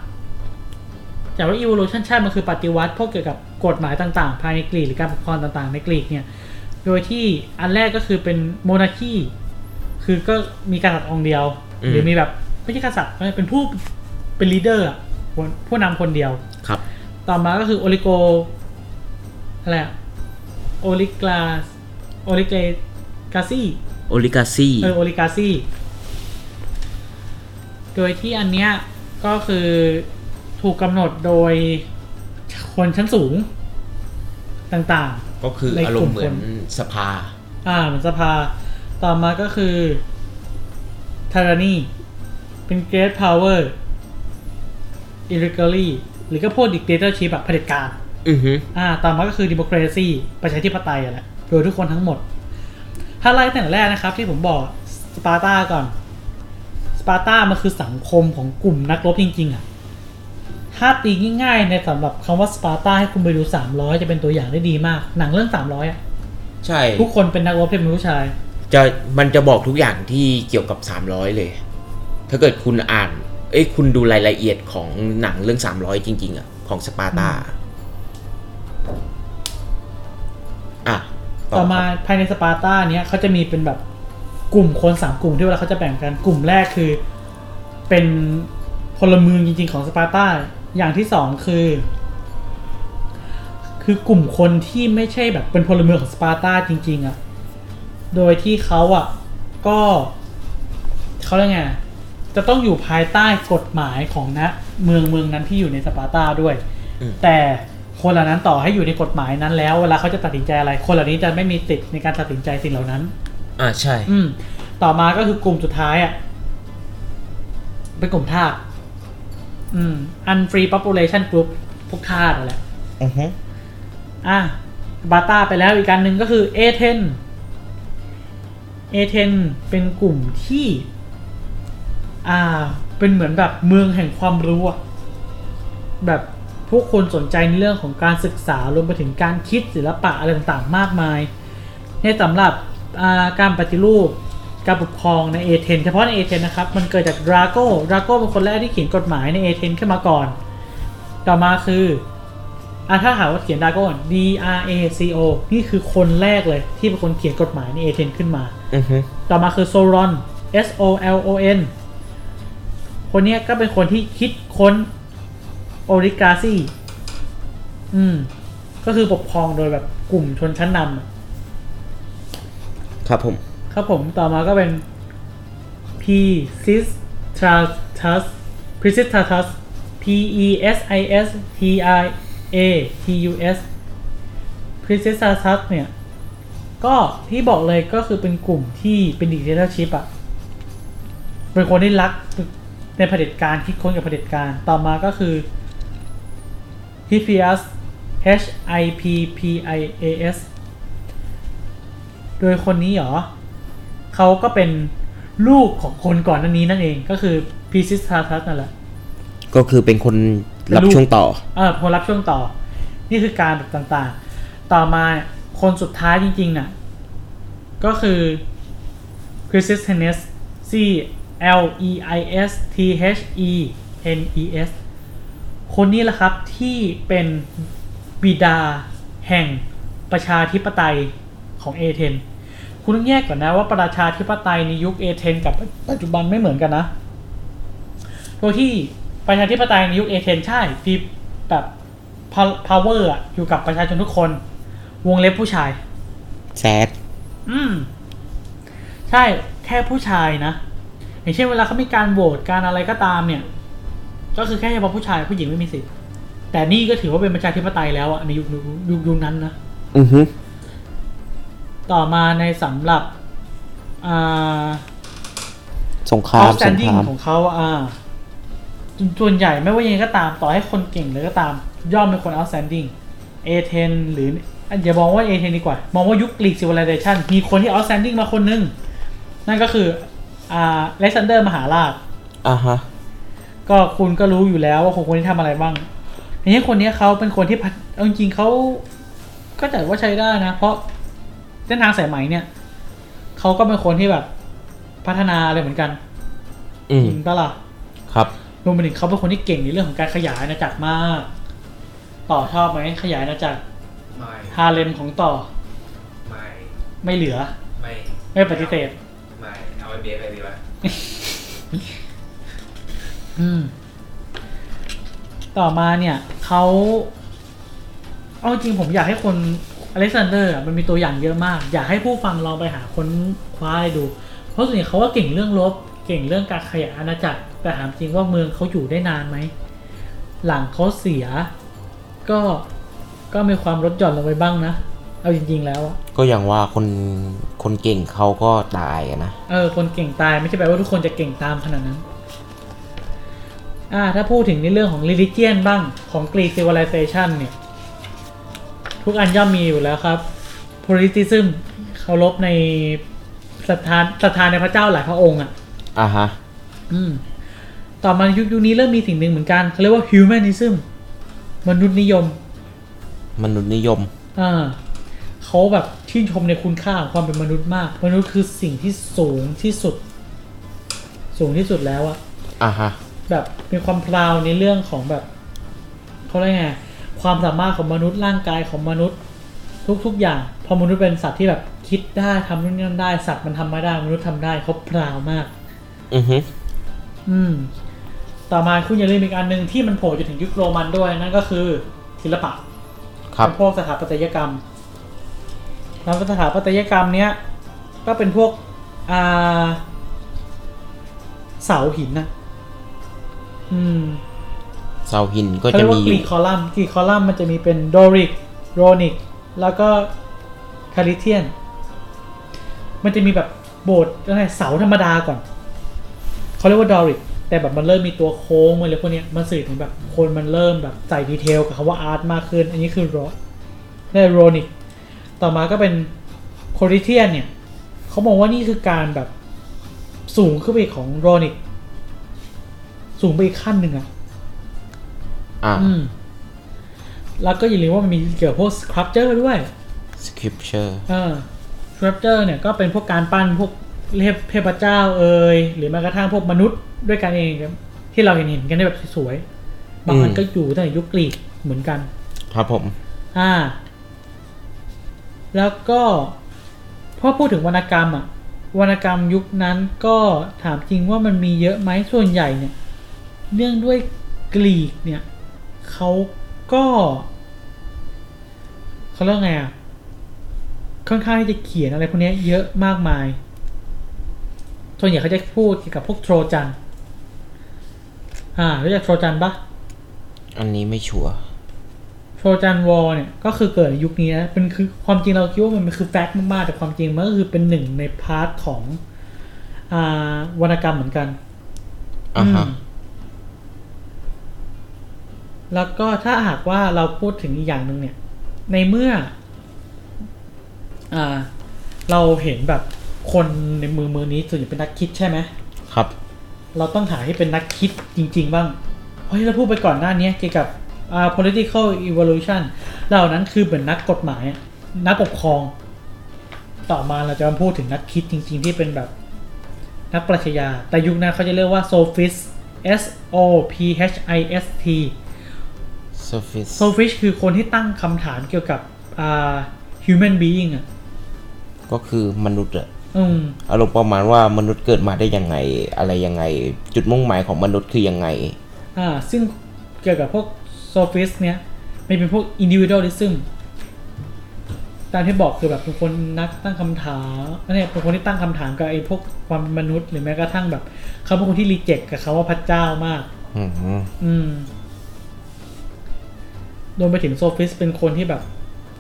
Speaker 2: จากว่า evolution ชาติมันคือปฏิวัติ พวกเกี่ยวกับกฎหมายต่าง ๆ ภายในกรีกหรือการปกครองต่าง ๆ ในกรีกเนี่ย โดยที่อันแรกก็คือเป็นโมนาคีคือก็มีกษัตริย์องค์เดียว
Speaker 4: อืม
Speaker 2: หรือมีแบบไม่ใช่กษัตริย์เป็นผู้เป็นลีดเดอร์ผู้นำคนเดียว
Speaker 4: ครับ
Speaker 2: ต่อมาก็คือโอลิโกอะไรอะโอลิกลาโอลิเกกาซี่
Speaker 4: โอลิกาซี่
Speaker 2: เออโอลิกาซี่ โดยที่อันเนี้ยก็คือถูกกำหนดโดยคนชั้นสูงต่าง
Speaker 4: ก็คืออารมณ์เหมือน
Speaker 2: ในกลุ่มคน
Speaker 4: สภา
Speaker 2: ๆ อ่าเหมือนสภา ต่อมาก็คือทาร a นีเป็นเกร t พาวเวอร์อิริเกอรี่หรือก็พวกดิกเตอร์ชิพอะเผด็จการ
Speaker 4: อือฮึ
Speaker 2: อ่าต่อมาก็คือ democracy ประชาธิปไตยอะแหละโดยทุกคนทั้งหมด ถ้าไล่ตั้งแต่แรกนะครับ ที่ผมบอกสปาร์ตาก่อนสปาร์ตามันคือสังคมของกลุ่มนักรบจริง ๆอ่ะถ้าตีง่ายๆในสำหรับคำว่าสปาร์ตาให้คุณไปดู 300 จะเป็นตัวอย่างได้ดีมาก หนังเรื่อง 300อ่ะ
Speaker 4: ใช่
Speaker 2: ทุกคนเป็นนักรบเป็นผู้ชาย
Speaker 4: จะมันจะบอกทุกอย่างที่เกี่ยวกับ 300 เลย ถ้าเกิดคุณอ่าน เอ้ยคุณดูรายละเอียดของหนังเรื่อง 300 จริง ๆ อ่ะ ของสปาร์ตา อ่ะ
Speaker 2: ต่อมา
Speaker 4: ครับ
Speaker 2: ภายในสปาร์ตาเนี้ยเขาจะมีเป็นแบบกลุ่มคนสามกลุ่มที่เวลาเขาจะแบ่งกันกลุ่มแรกคือเป็นพลเมืองจริง ๆ ของสปาร์ตาอย่างที่สองคือ คือกลุ่มคนที่ไม่ใช่แบบเป็นพลเมืองของสปาร์ตาจริง ๆอะ่ะโดยที่เขาอะ่ะก็เขาเรียกไงจะต้องอยู่ภายใต้กฎหมายของนะเมืองเมืองนั้นที่อยู่ในสปาร์ตาด้วย แต่คนเหล่านั้นต่อให้อยู่ในกฎหมายนั้นแล้วเวลาเขาจะตัดสินใจอะไร คนเหล่านี้จะไม่มีสิทธิ์ในการตัดสินใจสิ่งเหล่านั้น
Speaker 4: อ่ะใช่
Speaker 2: อืม ต่อมาก็คือกลุ่มสุดท้ายอ่ะ เป็นกลุ่มทาสอืม unfree population group พวกทาสนั่นแหละ
Speaker 4: อือฮึ
Speaker 2: อ่ะบาตาไปแล้วอีกการหนึ่งก็คือเอเธนเอเธนเป็นกลุ่มที่ อ่า เป็นเหมือนแบบเมืองแห่งความรู้อะแบบพวกคนสนใจในเรื่องของการศึกษารวมไปถึงการคิดศิลปะอะไรต่างๆ มากมาย ในสำหรับอ่าการปฏิรูปการปกครองในเอเธนเฉพาะในเอเธนนะครับ มันเกิดจากดราโก้ดราโก้เป็นคนแรกที่เขียนกฎหมายในเอเธนขึ้นมาก่อน ต่อมาคือ อ่ะถ้าหาว่าเขียนดราก้อน D R A C O นี่คือคนแรกเลยที่เป็นคนเขียนกฎหมายในเอเธนขึ้นมา
Speaker 4: อือฮึ
Speaker 2: ต่อมาคือโซรอน S O L O N คนเนี้ยก็เป็นคนที่คิดค้นโอริกาซีอืม ก็คือปกครองโดยแบบกลุ่มชนชั้นนำอะ
Speaker 4: ครับผม
Speaker 2: ครับผมต่อมาก็เป็น P s i s t r a t u s p r e s i t a t u s P E S I S T I A T U S p r i n c e s s a t เนี่ย ก็ที่บอกเลยก็คือเป็นกลุ่มที่เป็นดิจิทัลชิปอะเป็นคนที่รักในเผด็จการคิดค้นกับเผด็จการต่อมาก็คือ Hippias H I P P I A S โดยคนนี้เหรอ เขาก็เป็นลูกของคนก่อนหน้านี้นั่นเองก็คือพีซิสทาทัสนั่นแหละ
Speaker 4: ก็คือเป็นคนรับ
Speaker 2: เป็นลูก
Speaker 4: ช่วงต่อ
Speaker 2: เออคนรับช่วงต่อ นี่คือการแบบต่างๆ ต่อมาคนสุดท้ายจริงๆน่ะ ก็คือคริส i s t e n e s C L E I S T H E N E S คนนี้แหละครับที่เป็นบิดาแห่งประชาธิปไตยของเอเธนคุณต้องแยกก่อนนะว่าประชาธิปไตยในยุคเอเธนกับปัจจุบันไม่เหมือนกันนะ โดยที่ประชาธิปไตยในยุคเอเธนใช่ฟีแบบ pow- power อะอยู่กับประชาชนทุกคน วงเล็บผู้ชาย
Speaker 4: แซด
Speaker 2: อืม ใช่แค่ผู้ชายนะ อย่างเช่นเวลาเขามีการโหวตการอะไรก็ตามเนี่ย ก็คือแค่เฉพาะผู้ชายผู้หญิงไม่มีสิทธิ์ แต่นี่ก็ถือว่าเป็นประชาธิปไตยแล้วอะในยุคยุคยุคนั้นนะ
Speaker 4: อือฮึ
Speaker 2: ต่อมาในสำหรับ อ่า
Speaker 4: สงครามสงค
Speaker 2: outstanding
Speaker 4: ราม
Speaker 2: ของเขาอ่าส่วนใหญ่ไม่ว่ายังไงก็ตามต่อให้คนเก่งเลยก็ตาม ย่อมเป็นคน outstanding A10 หรืออย่ามองว่า A10 ดีกว่า มองว่ายุคกรีก civilization มีคนที่ outstanding มาคนหนึง นั่นก็คืออ่าเลซันเดอร์มหาราช
Speaker 4: อ่าฮะ
Speaker 2: ก็คุณก็รู้อยู่แล้วว่าคนคนนี้ทำอะไรบ้างทีนี้คนนี้เขาเป็นคนที่พัฒเอาจริงๆเขาก็จัดว่าใช้ได้นะ เพราะเส้นทางสายไหมเนี่ยเขาก็เป็นคนที่แบบพัฒนาอะไรเหมือนกัน
Speaker 4: อืม
Speaker 2: จริงปะล่ะ
Speaker 4: ครับ
Speaker 2: รวมไปถึงเขาเป็นคนที่เก่งในเรื่องของการขยายอาณาจักรมาก ต่อชอบไหมขยายอาณาจักร
Speaker 3: ไม่
Speaker 2: ฮาเลมของต่อ
Speaker 3: ไม่
Speaker 2: ไม่เหลือ
Speaker 3: ไม่
Speaker 2: ไม่ปฏิเสธ
Speaker 3: ไม่เอาไอเบียร์ไปดีกว่า
Speaker 2: อืม ต่อมาเนี่ยเขาเอาจริงผมอยากให้คนอเล็กซานเดอร์อะมันมีตัวอย่างเยอะมาก อยากให้ผู้ฟังลองไปหาค้นคว้าดู เพราะส่วนใหญ่เขาว่าเก่งเรื่องลบ เก่งเรื่องการขยายอาณาจักร แต่ถามจริงว่าเมืองเขาอยู่ได้นานไหม หลังเขาเสีย ก็ก็มีความลดหย่อนลงไปบ้างนะ เอาจริง ๆ แล้วอะ
Speaker 4: ก็อย่างว่าคนคนเก่งเขาก็ตายอะนะ
Speaker 2: เออ คนเก่งตายไม่ใช่แปลว่าทุกคนจะเก่งตามขนาดนั้น อ่า ถ้าพูดถึงในเรื่องของ religion บ้างของ Greek civilization เนี่ย ทุกอันย่อมมีอยู่แล้วครับ politicism เคารพในศรัทธาศรัทธาในพระเจ้าหลายพระองค์อ่ะ
Speaker 4: อ่าฮะ
Speaker 2: อืม ต่อมายุคยุคนี้เริ่มมีสิ่งหนึ่งเหมือนกันเขาเรียกว่า humanism มนุษยนิยม
Speaker 4: มนุษยนิยม
Speaker 2: อ่าเขาแบบชื่นชมในคุณค่าของความเป็นมนุษย์มาก มนุษย์คือสิ่งที่สูงที่สุด สูงที่สุดแล้วอะ
Speaker 4: อ่าฮะ
Speaker 2: แบบมีความพราวในเรื่องของแบบเขาเรียกไงความสามารถของมนุษย์ร่างกายของมนุษย์ ทุกๆอย่าง พอมนุษย์เป็นสัตว์ที่แบบคิดได้ทำนู่นนี่นั่นได้สัตว์มันทำไม่ได้ มนุษย์ทำได้เขาพราวมาก
Speaker 4: อือฮึ
Speaker 2: อืม ต่อมาคุณอย่าลืมอีกอันหนึ่งที่มันโผล่จนถึงยุคโรมันด้วยนั่นก็คือศิลปะ
Speaker 4: ครับ
Speaker 2: เป็นพวกสถาปัตยกรรม แล้วสถาปัตยกรรมเนี้ยก็เป็นพวกอ่าเสาหินนะอืม
Speaker 4: เสาหินก็
Speaker 2: เขาเรี
Speaker 4: จะ
Speaker 2: ยกว่า
Speaker 4: มี
Speaker 2: กรีคอลัมน์กรีคอลัมน์มันจะมีเป็นโดริกโรนิก แล้วก็คาริเทียน มันจะมีแบบโบสถ์อะไรเสาธรรมดาก่อน เขาเรียกว่าดอริก แต่แบบมันเริ่มมีตัวโค้งมันเลยพวกเนี้ยมันสื่อถึงแบบคนมันเริ่มแบบใส่ดีเทลกับคำว่าอาร์ตมากขึ้น อันนี้คือโรได้โรนิก ต่อมาก็เป็นโคริเทียนเนี่ยเขามองว่านี่คือการแบบสูงขึ้นไปอีกของโรนิก สูงไปอีกขั้นหนึ่งอะ
Speaker 4: อ่า
Speaker 2: อืม แล้วก็อย่าลืมว่ามันมีเกี่ยวกับพวกสครับเจอร์ด้วย
Speaker 4: scripture
Speaker 2: เออสครับเจอร์เนี่ยก็เป็นพวกการปั้นพวกเทพเทพเจ้าเอ่ยหรือแม้กระทั่งพวกมนุษย์ด้วยกันเองครับที่เราเห็นเห็นกันได้แบบสวยๆบางอัน
Speaker 4: อืม
Speaker 2: ก็อยู่ตั้งแต่ยุคกรีกเหมือนกัน
Speaker 4: ครับผม
Speaker 2: อ่า แล้วก็พอพูดถึงวรรณกรรมอะวรรณกรรมยุคนั้นก็ถามจริงว่ามันมีเยอะไหมส่วนใหญ่เนี่ย เนื่องด้วยกรีกเนี่ยเขาก็เขาเรียกว่าไงอะค่อนข้างที่จะเขียนอะไรพวกเนี้ยเยอะมากมาย ส่วนใหญ่เขาจะพูดเกี่ยวกับพวกโทรจัน อ่ารู้จักโทรจันปะ
Speaker 4: อันนี้ไม่ชัวร์
Speaker 2: โทรจันวอลเนี่ยก็คือเกิดในยุคนี้นะเป็นคือความจริงเราคิดว่ามันคือแฟกต์มากๆ แต่ความจริงมันก็คือเป็นหนึ่งในพาร์ทของอ่าวรรณกรรมเหมือนกัน
Speaker 4: อ่าฮะ
Speaker 2: มแล้วก็ถ้าหากว่าเราพูดถึงอีกอย่างหนึ่งเนี่ย ในเมื่อ อ่า เราเห็นแบบคนในมือมือนี้ส่วนใหญ่เป็นนักคิดใช่ไหม
Speaker 4: ครับ
Speaker 2: เราต้องหาให้เป็นนักคิดจริง ๆ บ้าง เพราะที่เราพูดไปก่อนหน้านี้เกี่ยวกับอ่า political evolution เหล่านั้นคือเหมือนนักกฎหมายอะนักปกครอง ต่อมาเราจะมาพูดถึงนักคิดจริง ๆ ที่เป็นแบบนักปรัชญา แต่ยุคนั้นเขาจะเรียกว่า sophist S O P H I S T
Speaker 4: surface
Speaker 2: sophist คือคนที่ตั้งคำถามเกี่ยวกับอ่า human being อ่ะ
Speaker 4: ก็คือมนุษย์อะ
Speaker 2: อืม
Speaker 4: อารมณ์ประมาณว่ามนุษย์เกิดมาได้ยังไง อะไรยังไง จุดมุ่งหมายของมนุษย์คือยังไง
Speaker 2: อ่าซึ่งเกี่ยวกับพวกโซฟิสเนี่ยมันเป็นพวก individualism ตามที่บอกคือแบบเป็นคนนักตั้งคำถามเนี่ยเป็นคนที่ตั้งคำถามกับไอ้พวกความเป็นมนุษย์หรือแม้กระทั่งแบบเขาเป็นคนที่รีเจ็คกับคำว่าพระเจ้ามาก
Speaker 4: อืม
Speaker 2: อืมรวมไปถึงโซฟิสเป็นคนที่แบบ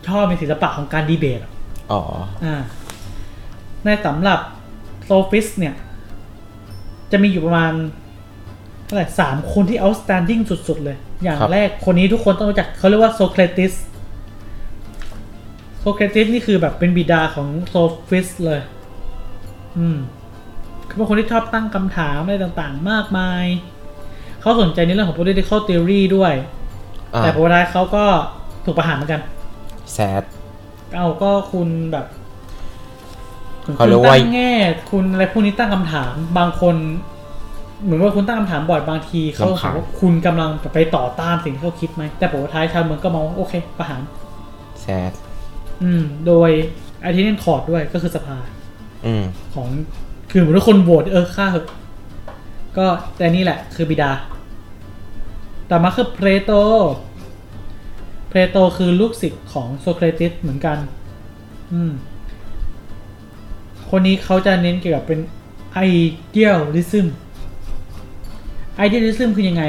Speaker 2: ชอบในศิลปะของการดีเบตอะ
Speaker 4: อ๋อ
Speaker 2: อ่าในสำหรับ โซฟิสเนี่ย จะมีอยู่ประมาณเท่าไหร่สามคนที่ outstanding สุด ๆ เลย อย่าง
Speaker 4: ครับ
Speaker 2: แรกคนนี้ทุกคนต้องรู้จักเขาเรียกว่าโซเครติสโซเครติสนี่คือแบบเป็นบิดาของโซฟิสเลย อืมเขาเป็นคนที่ชอบตั้งคำถามอะไรต่างๆ มากมาย เขาสนใจในเรื่องของ political theory ด้วย
Speaker 4: อ่า
Speaker 2: แต่โบราณเขาก็ถูกประหารเหมือนกัน
Speaker 4: แซด
Speaker 2: เอาก็คุณแบบคุณ
Speaker 4: เขาเรียกว่า
Speaker 2: ตั้งแง่ คุณอะไรพวกนี้ตั้งคำถามบางคน เหมือนว่าคุณตั้งคำถามบ่อยบางทีเขาถามว่าคุณกำลังไปต่อต้านสิ่งที่เขาคิดไหมแต่ผลท้ายชาวเมืองก็มองว่าโอเค ประหาร
Speaker 4: แซด
Speaker 2: อืม โดยไอที่เล่นคอร์ดด้วยก็คือสภา
Speaker 4: อืม
Speaker 2: ของคือเหมือนว่าคนโหวตเออฆ่าเหอะก็แต่นี่แหละ คือบิดา ต่อมาคือเพรโตเพรโตคือลูกศิษย์ของโซเครติสเหมือนกัน อืม คนนี้เขาจะเน้นเกี่ยวกับเป็น idealism idealism คือยังไง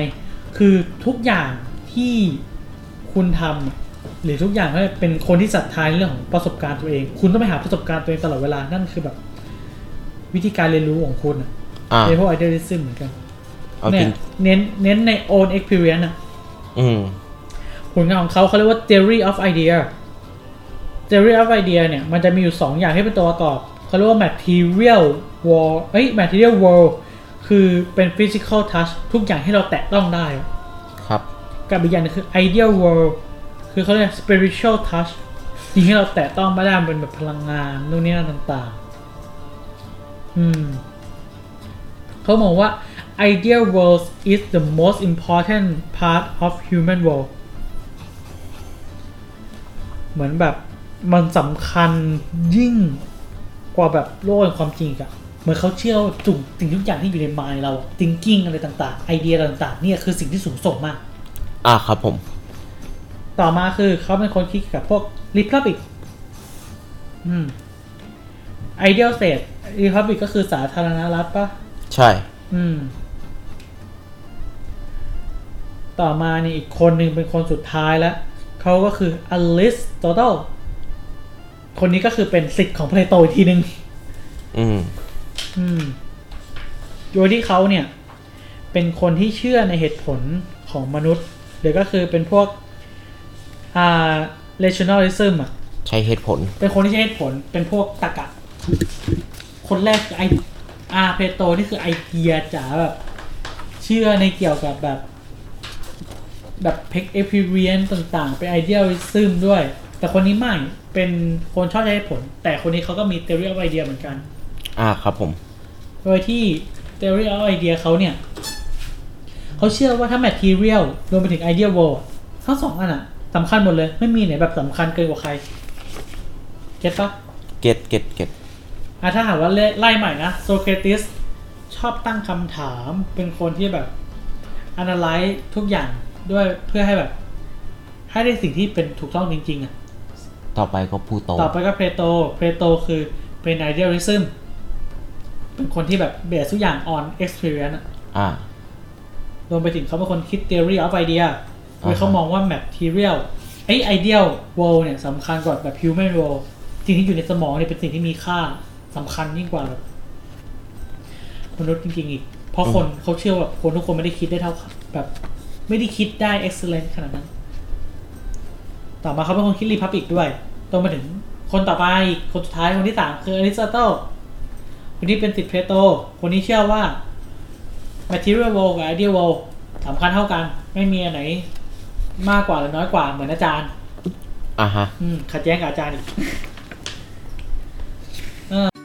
Speaker 2: คือทุกอย่างที่คุณทำหรือทุกอย่างก็เป็นคนที่ศรัทธาในเรื่องของประสบการณ์ตัวเอง คุณต้องไปหาประสบการณ์ตัวเองตลอดเวลา นั่นคือแบบ วิธีการเรียนรู้ของคุณอะ
Speaker 4: อ่า
Speaker 2: เป็นพวก idealism เหมือนกัน
Speaker 4: เอา
Speaker 2: เนี่
Speaker 4: จ
Speaker 2: ย
Speaker 4: ริง
Speaker 2: เน้นเน้นใน own experience อะ
Speaker 4: อืม
Speaker 2: ผลงานของเขาเขาเรียกว่า theory of idea theory of idea เนี่ย มันจะมีอยู่ 2 อย่างให้เป็นตัวประกอบเขาเรียกว่า material world เอ้ย material world คือเป็น physical touch ทุกอย่างที่เราแตะต้องได้อะ
Speaker 4: ครับ
Speaker 2: กับอีกอย่างหนึงคือ ideal world คือเขาเรียก spiritual touch สิ่งที่เราแตะต้องไม่ได้มันเป็นแบบพลังงานนู่นนี่นั่นต่างๆ อืม เขามองว่า ideal world is the most important part of human world เหมือนแบบมันสำคัญยิ่งกว่าแบบโลกแห่งความจริงอีกอะเหมือนเขาเชื่อว่าจุ่สิ่งทุกอย่างที่อยู่ในมายเรา thinking อะไรต่างๆ ไอเดียต่างๆ เนี่ยคือสิ่งที่สูงส่งมาก
Speaker 4: อ่าครับผม
Speaker 2: ต่อมาคือเขาเป็นคนคิดเกี่ยวกับพวกริพับบิกอืม ideal state republic ก็คือสาธารณรัฐปะ
Speaker 4: ใช่
Speaker 2: อืม ต่อมานี่อีกคนหนึ่งเป็นคนสุดท้ายแล้ว เขาก็คืออลิสโตเตลคนนี้ก็คือเป็นสิทธิ์ของเพลโตอีกทีหนึ่ง
Speaker 4: อืม
Speaker 2: อืมโดยที่เขาเนี่ย เป็นคนที่เชื่อในเหตุผลของมนุษย์หรือก็คือเป็นพวก อ่า rationalism อ่ะ
Speaker 4: ใช้เหตุผล
Speaker 2: เป็นคนที่ใช้เหตุผล เป็นพวกตรรกะ คนแรกคือไออาเพโตนี่คือไอเดียจ๋าแบบเชื่อในเกี่ยวกับแบบ แบบเพกเอพิเรียนต่างๆ เป็นไอเดียลิซึมด้วย แต่คนนี้ไม่ เป็นคนชอบใช้เหตุผล แต่คนนี้เขาก็มีเทอรี่ไอเดียเหมือนกัน
Speaker 4: อ่าครับผม
Speaker 2: โดยที่ theory of idea เขาเนี่ย เขาเชื่อว่าถ้า material รวมไปถึง idea world อะทั้งสองอันอะสำคัญหมดเลย ไม่มีไหนแบบสำคัญเกินกว่าใคร เก็ตปะ
Speaker 4: เก็ตเก็ตเก็ต
Speaker 2: อ่ะถ้าหากว่าไล่ไล่ใหม่นะโซเครติสชอบตั้งคำถาม เป็นคนที่แบบ analyze ทุกอย่างด้วยเพื่อให้แบบ ให้ได้สิ่งที่เป็นถูกต้องจริงๆอะ
Speaker 4: ต่อไปก็พูโต
Speaker 2: ต่อไปก็เพโตเพโตคือเป็น idealism เป็นคนที่แบบเบสทุกอย่าง on experience อะ
Speaker 4: อ่า
Speaker 2: รวมไปถึงเขาเป็นคนคิด theory of idea โดย
Speaker 4: อ่าฮะ
Speaker 2: เขามองว่า material ไอ้ ideal world เนี่ยสำคัญกว่าแบบ human world สิ่งที่อยู่ในสมองเนี่ยเป็นสิ่งที่มีค่าสำคัญยิ่งกว่าแบบมนุษย์จริงๆอีก เพราะคนเขาเชื่อว่าคนทุกคนไม่ได้คิดได้เท่าแบบ ไม่ได้คิดได้ excellent ขนาดนั้น ต่อมาเขาเป็นคนคิด republic ด้วยตรงมาถึงคนต่อไปอีกคนสุดท้ายคนที่สามคืออริสโตเติลคนนี้เป็นติดเพลโต คนนี้เชื่อว่า material world กับ ideal world สำคัญเท่ากัน ไม่มีอันไหน มากกว่าหรือน้อยกว่าเหมือนอาจารย์
Speaker 4: อ่าฮะ
Speaker 2: อืมขัดแย้งกับอาจารย์อีก